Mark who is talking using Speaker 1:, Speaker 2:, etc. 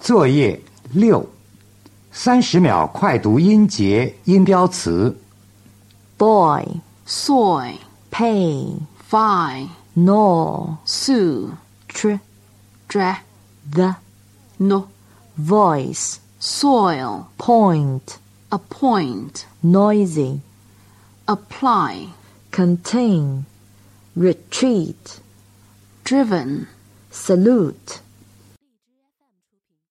Speaker 1: 作业六，三十秒快读音节、音标词。
Speaker 2: boy,
Speaker 3: soy,
Speaker 2: pay,
Speaker 3: fi,
Speaker 2: nor,
Speaker 3: su,
Speaker 2: tr,
Speaker 3: dre,
Speaker 2: the,
Speaker 3: no,
Speaker 2: voice,
Speaker 3: soil,
Speaker 2: point,
Speaker 3: appoint,
Speaker 2: noisy,
Speaker 3: apply,
Speaker 2: contain, retreat,
Speaker 3: driven,
Speaker 2: salute,